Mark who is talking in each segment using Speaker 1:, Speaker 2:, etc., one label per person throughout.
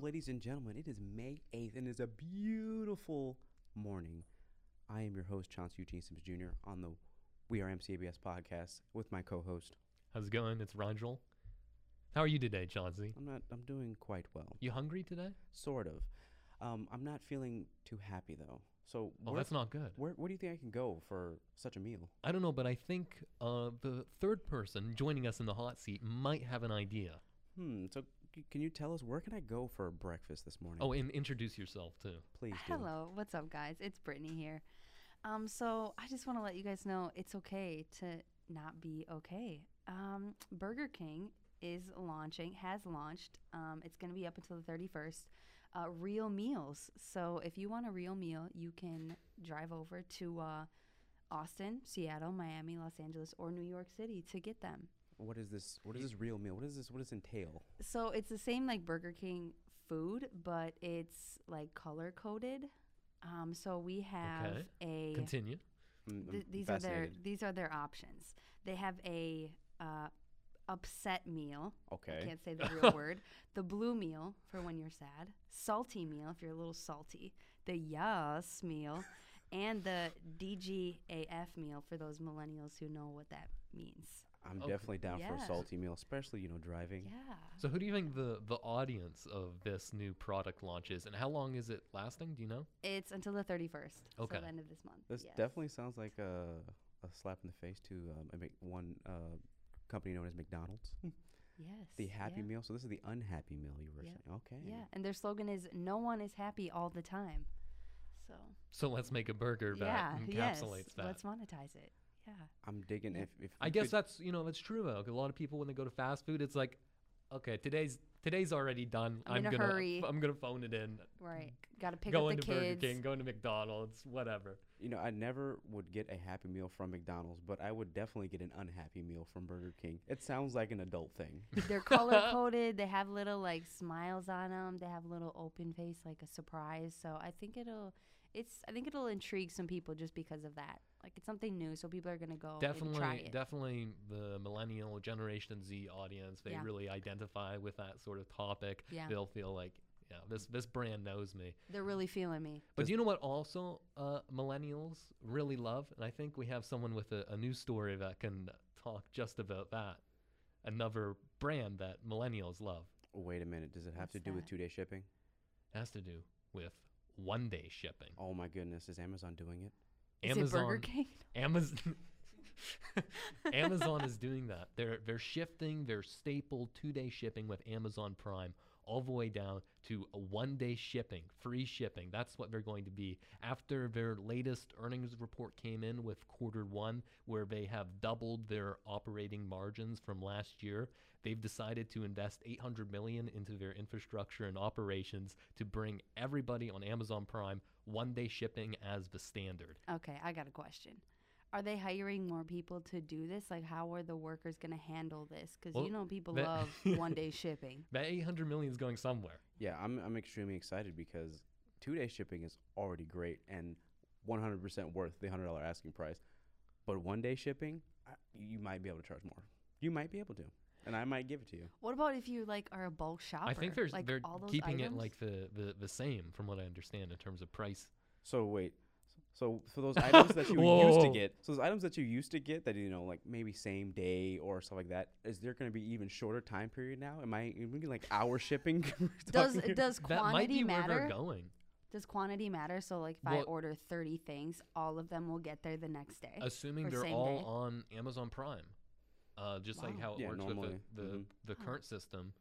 Speaker 1: ladies and gentlemen, it is May 8th and it's a beautiful morning. I am your host, Chauncey Eugene Sims Jr. on the We Are MCABS podcast with my co host.
Speaker 2: How's it going? It's Rigel. How are you today, Chauncey?
Speaker 1: I'm not, I'm doing quite well,
Speaker 2: You hungry today?
Speaker 1: sort of. Um, I'm not feeling too happy though. So,
Speaker 2: Oh,
Speaker 1: where,
Speaker 2: that's not good.
Speaker 1: where, where do you think I can go for such a meal?
Speaker 2: I don't know, but I think uh, the third person joining us in the hot seat might have an idea.
Speaker 1: Hmm, so c- can you tell us where can I go for breakfast this morning?
Speaker 2: Oh, and introduce yourself too.
Speaker 1: please do.
Speaker 3: Hello, what's up, guys? It's Brittany here. Um, so I just want to let you guys know it's okay to not be okay. Um, Burger King is launching, has launched. Um, it's going to be up until the thirty first. Uh, real meals. So if you want a real meal, you can drive over to uh, Austin, Seattle, Miami, Los Angeles, or New York City to get them.
Speaker 1: What is this? What is this real meal? What is this? What does it entail?
Speaker 3: So it's the same like Burger King food, but it's like color coded. Um, so we have a
Speaker 2: Continue.
Speaker 1: Hmm, I'm- I'm
Speaker 3: th- these are their
Speaker 1: fascinated.
Speaker 3: these are their options. They have a uh, upset meal.
Speaker 1: Okay.
Speaker 3: I can't say the real word. The blue meal for when you're sad. Salty meal if you're a little salty. The yes meal, and the DGAF meal for those millennials who know what that means.
Speaker 1: I'm definitely down for a
Speaker 3: Yeah.
Speaker 1: salty meal, especially you know driving.
Speaker 3: Yeah.
Speaker 2: So, who do you think the, the audience of this new product launch is, and how long is it lasting? Do you know?
Speaker 3: It's until the 31st.
Speaker 2: Okay.
Speaker 3: So the end of this month.
Speaker 1: This
Speaker 3: yes.
Speaker 1: definitely sounds like a, a slap in the face to um, a Mc- one uh, company known as McDonald's.
Speaker 3: Yes.
Speaker 1: the Happy
Speaker 3: yeah.
Speaker 1: Meal. So this is the unhappy meal you were
Speaker 3: Yeah.
Speaker 1: saying. Okay.
Speaker 3: Yeah, and their slogan is "No one is happy all the time." So
Speaker 2: So, let's make a burger that
Speaker 3: yeah, yes,
Speaker 2: encapsulates that.
Speaker 3: let's monetize it. Yeah,
Speaker 1: I'm digging. If if
Speaker 2: I
Speaker 1: you
Speaker 2: guess
Speaker 1: could-
Speaker 2: that's you know that's true though. 'cause A lot of people when they go to fast food, it's like, okay, today's today's already done.
Speaker 3: I'm in a
Speaker 2: gonna
Speaker 3: hurry."
Speaker 2: I'm gonna phone it in.
Speaker 3: right. Got to pick up
Speaker 2: Mm. Going
Speaker 3: the
Speaker 2: to Burger
Speaker 3: kids.
Speaker 2: King, going to McDonald's, whatever.
Speaker 1: you know I never would get a Happy Meal from McDonald's, but I would definitely get an unhappy meal from Burger King. It sounds like an adult thing.
Speaker 3: They're color coded. They have little like smiles on them. They have little open face, like a surprise. So I think it'll, it's. I think it'll intrigue some people just because of that. Like it's something new, so people are gonna go Oh, and try
Speaker 2: Definitely,
Speaker 3: it.
Speaker 2: definitely the millennial Generation Z audience. They
Speaker 3: Yeah.
Speaker 2: really identify with that sort of topic.
Speaker 3: Yeah.
Speaker 2: They'll feel like, yeah, this this brand knows me.
Speaker 3: They're really feeling me.
Speaker 2: But do you know what also uh, millennials really love? And I think we have someone with a, a news story that can talk just about that. Another brand that millennials love
Speaker 1: Wait a minute. Does it have
Speaker 3: What's
Speaker 1: to do with
Speaker 3: that?
Speaker 1: two day shipping?
Speaker 2: has to do with one day shipping.
Speaker 1: Oh my goodness, is Amazon doing it?
Speaker 3: Is it Burger King?
Speaker 2: Amazon Amazon is doing that. They're they're shifting their staple two day shipping with Amazon Prime all the way down to a one day shipping, free shipping. That's what they're going to be. After their latest earnings report came in with quarter one, where they have doubled their operating margins from last year, they've decided to invest 800 million into their infrastructure and operations to bring everybody on Amazon Prime one day shipping as the standard.
Speaker 3: Okay, I got a question. Are they hiring more people to do this? Like, how are the workers going to handle this? Because
Speaker 2: Well,
Speaker 3: you know people
Speaker 2: that-
Speaker 3: love one day shipping.
Speaker 2: That 800 million is going somewhere.
Speaker 1: Yeah, I'm I'm extremely excited because two day shipping is already great and 100% worth the hundred dollar asking price. But one day shipping, I, you might be able to charge more. You might be able to, and I might give it to you.
Speaker 3: What about if you like are a bulk shopper?
Speaker 2: I think they're,
Speaker 3: like
Speaker 2: they're
Speaker 3: all those
Speaker 2: keeping it
Speaker 3: items?
Speaker 2: like the, the, the same, from what I understand, in terms of price.
Speaker 1: So wait, so for those items that you used to
Speaker 2: Whoa.
Speaker 1: get, so those items that you used to get that you know like maybe same day or stuff like that, is there going to be even shorter time period now? Am I maybe like hour shipping? We're
Speaker 3: does
Speaker 1: talking-
Speaker 3: does
Speaker 2: that might
Speaker 3: quantity
Speaker 2: be where they're
Speaker 3: matter?
Speaker 2: going.
Speaker 3: Does quantity matter? So like if I
Speaker 2: Well-
Speaker 3: order thirty things, all of them will get there the next day.
Speaker 2: Assuming
Speaker 3: or
Speaker 2: they're
Speaker 3: Eh, same
Speaker 2: all
Speaker 3: day.
Speaker 2: on Amazon Prime, uh, just like
Speaker 3: Wow.
Speaker 2: how it
Speaker 1: Yeah,
Speaker 2: works
Speaker 1: normally.
Speaker 2: with the, the,
Speaker 1: Mhm.
Speaker 2: the current system.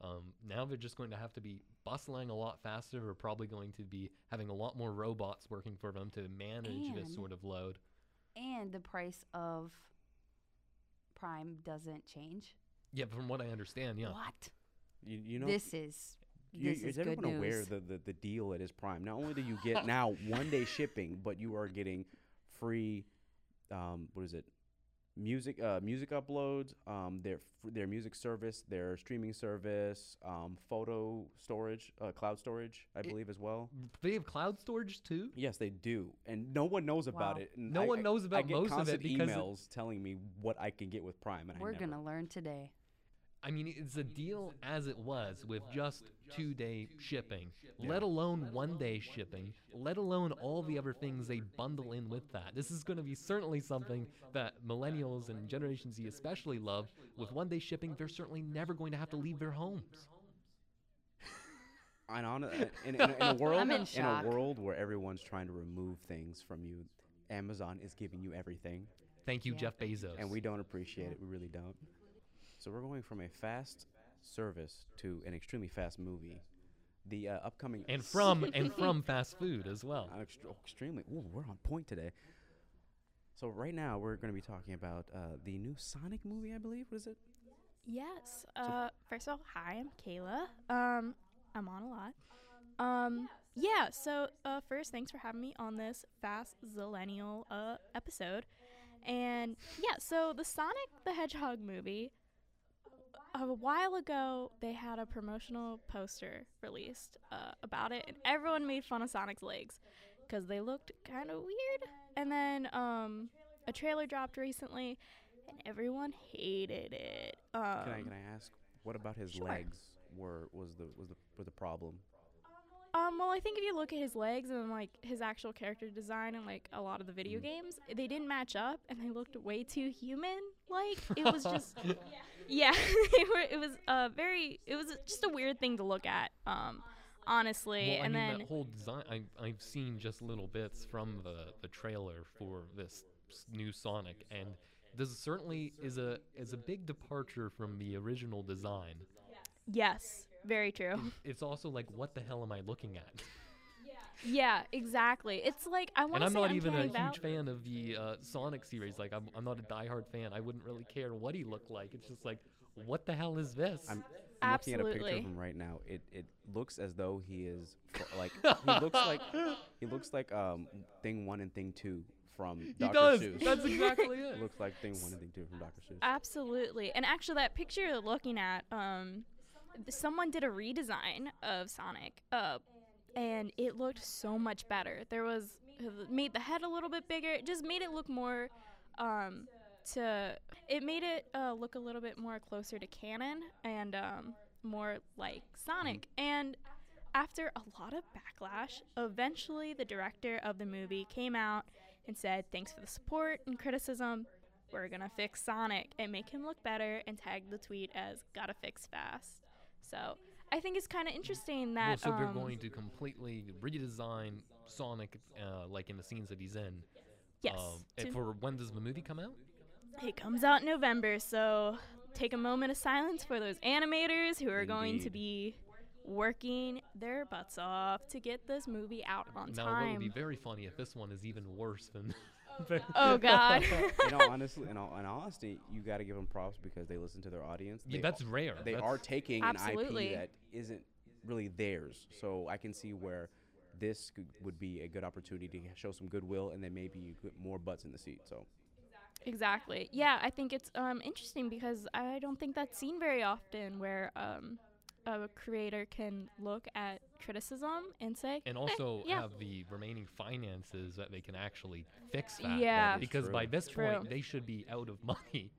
Speaker 2: Um, now they're just going to have to be bustling a lot faster. We're probably going to be having a lot more robots working for them to manage this
Speaker 3: And-
Speaker 2: sort of load.
Speaker 3: and the price of Prime doesn't change.
Speaker 2: Yeah, from what I understand, yeah.
Speaker 3: What?
Speaker 1: you, you know
Speaker 3: this is
Speaker 1: You,
Speaker 3: this
Speaker 1: is,
Speaker 3: is, good
Speaker 1: everyone
Speaker 3: news.
Speaker 1: aware of the, the, the deal that is Prime? Not only do you get now one day shipping, but you are getting free, um, what is it? Music, uh, music uploads, um, their f- their music service, their streaming service, um, photo storage, uh, cloud storage, I believe as well.
Speaker 2: They have cloud storage too?
Speaker 1: Yes, they do, and no one knows about
Speaker 3: Wow.
Speaker 1: it. and
Speaker 2: No
Speaker 1: I-
Speaker 2: one
Speaker 1: I-
Speaker 2: knows
Speaker 1: I
Speaker 2: about
Speaker 1: get
Speaker 2: most of it
Speaker 1: constant
Speaker 2: because it-
Speaker 1: emails telling me what I can get with Prime, and
Speaker 3: We're
Speaker 1: I never.
Speaker 3: gonna learn today.
Speaker 2: I mean, it's a deal as it was with just two day shipping, let alone one day shipping, let alone all the other things they bundle in with that. This is going to be certainly something that millennials and Generation Z especially love. With one day shipping, they're certainly never going to have to leave their homes.
Speaker 1: And on a, in, in, a- in a world
Speaker 3: I'm in
Speaker 1: a
Speaker 3: shock.
Speaker 1: world where everyone's trying to remove things from you, Amazon is giving you everything,
Speaker 2: Thank you, Jeff Bezos.
Speaker 1: and we don't appreciate it. We really don't. So we're going from a fast service to an extremely fast movie. The uh, upcoming
Speaker 2: and from and from fast food as well.
Speaker 1: I'm ext- extremely. Ooh, we're on point today. So right now we're going to be talking about uh, the new Sonic movie, I believe. What is it?
Speaker 4: Yes. Uh, first of all, hi, I'm Kayla. Um, I'm on a lot. Um, yeah. So, uh, first, thanks for having me on this fast zillennial uh episode. And yeah, so the Sonic the Hedgehog movie. A while ago, they had a promotional poster released uh, about it, and everyone made fun of Sonic's legs because they looked kind of weird. And then um, a trailer dropped recently, and everyone hated it. Um,
Speaker 1: Can I can I ask what about his
Speaker 4: sure.
Speaker 1: legs were was the was the was the problem?
Speaker 4: Um, well, I think if you look at his legs and like his actual character design and like a lot of the
Speaker 2: Mm.
Speaker 4: video games, they didn't match up and they looked way too human. Like it was just, yeah, they were, it was uh, very, it was just a weird thing to look at. Um, honestly,
Speaker 2: Well, I mean,
Speaker 4: and then
Speaker 2: that whole design. I, I've seen just little bits from the, the trailer for this s- new Sonic, and this certainly is a is a big departure from the original design.
Speaker 4: yes, very true.
Speaker 2: It's also like, what the hell am I looking at?
Speaker 4: yeah, exactly. It's like I
Speaker 2: And
Speaker 4: want to
Speaker 2: I'm
Speaker 4: say
Speaker 2: not
Speaker 4: I'm
Speaker 2: even a
Speaker 4: Uncanny
Speaker 2: huge
Speaker 4: Val-
Speaker 2: fan of the uh, Sonic series. Like, I'm I'm not a diehard fan. I wouldn't really care what he looked like. It's just like, what the hell is this?
Speaker 1: I'm, I'm looking at a picture
Speaker 4: Absolutely.
Speaker 1: of him right now. It it looks as though he is fr- like he looks like he looks like um thing one and thing two from
Speaker 2: he
Speaker 1: Doctor
Speaker 2: does.
Speaker 1: Seuss.
Speaker 2: That's exactly it.
Speaker 1: looks like thing one and thing two from Doctor Seuss.
Speaker 4: Absolutely. And actually, that picture you're looking at, um, someone did a redesign of Sonic, uh, and it looked so much better. There was uh, made the head a little bit bigger. It just made it look more, um, to it made it uh, look a little bit more closer to canon and um, more like Sonic. And after a lot of backlash, eventually the director of the movie came out and said, "Thanks for the support and criticism. We're gonna fix Sonic and make him look better." And tagged the tweet as "Gotta fix fast." So I think it's kind of interesting
Speaker 2: Well,
Speaker 4: that
Speaker 2: so they're
Speaker 4: um,
Speaker 2: going to completely redesign Sonic, uh, like in the scenes that he's in.
Speaker 4: yes,
Speaker 2: Um, and
Speaker 4: to-
Speaker 2: for when does the movie come out?
Speaker 4: it comes out in November. So take a moment of silence for those animators who are going to
Speaker 1: Indeed.
Speaker 4: be working their butts off to get this movie out on
Speaker 2: now, what would be
Speaker 4: time.
Speaker 2: very funny if this one is even worse than. than-
Speaker 4: Oh God.
Speaker 1: in all honestly, in all, in all honesty, you got to give them props because they listen to their audience.
Speaker 2: Yeah,
Speaker 1: They
Speaker 2: that's rare.
Speaker 1: they
Speaker 2: That's-
Speaker 1: are taking
Speaker 4: Absolutely.
Speaker 1: an IP that isn't really theirs. So I can see where this could, would be a good opportunity to show some goodwill and then maybe you get more butts in the seat. So
Speaker 4: Exactly. Yeah, I think it's um, interesting because I don't think that's seen very often where um, a creator can look at criticism and say, "Eh,
Speaker 2: and also
Speaker 4: yeah.
Speaker 2: have the remaining finances that they can actually fix that.
Speaker 4: That Yeah. is
Speaker 2: Because by
Speaker 1: true.
Speaker 2: this point
Speaker 4: True.
Speaker 2: they should be out of money.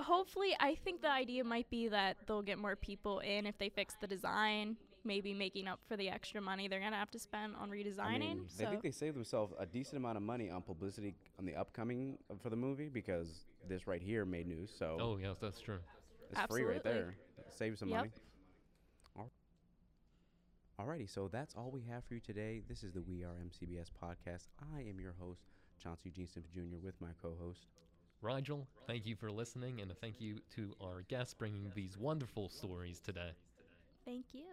Speaker 4: hopefully, I think the idea might be that they'll get more people in if they fix the design, maybe making up for the extra money they're going to have to spend on redesigning.
Speaker 1: I mean,
Speaker 4: so.
Speaker 1: I think they saved themselves a decent amount of money on publicity on the upcoming uh, for the movie because this right here made news. So
Speaker 2: Oh yes, that's true.
Speaker 1: it's free right
Speaker 4: absolutely.
Speaker 1: there. Save some
Speaker 4: Yep.
Speaker 1: money. Al- Alrighty, so that's all we have for you today. This is the We Are MCBS podcast. I am your host, Chauncey Gene Simpson Jr., with my co-host.
Speaker 2: Rigel, thank you for listening, and a thank you to our guests bringing these wonderful stories today.
Speaker 4: Thank you.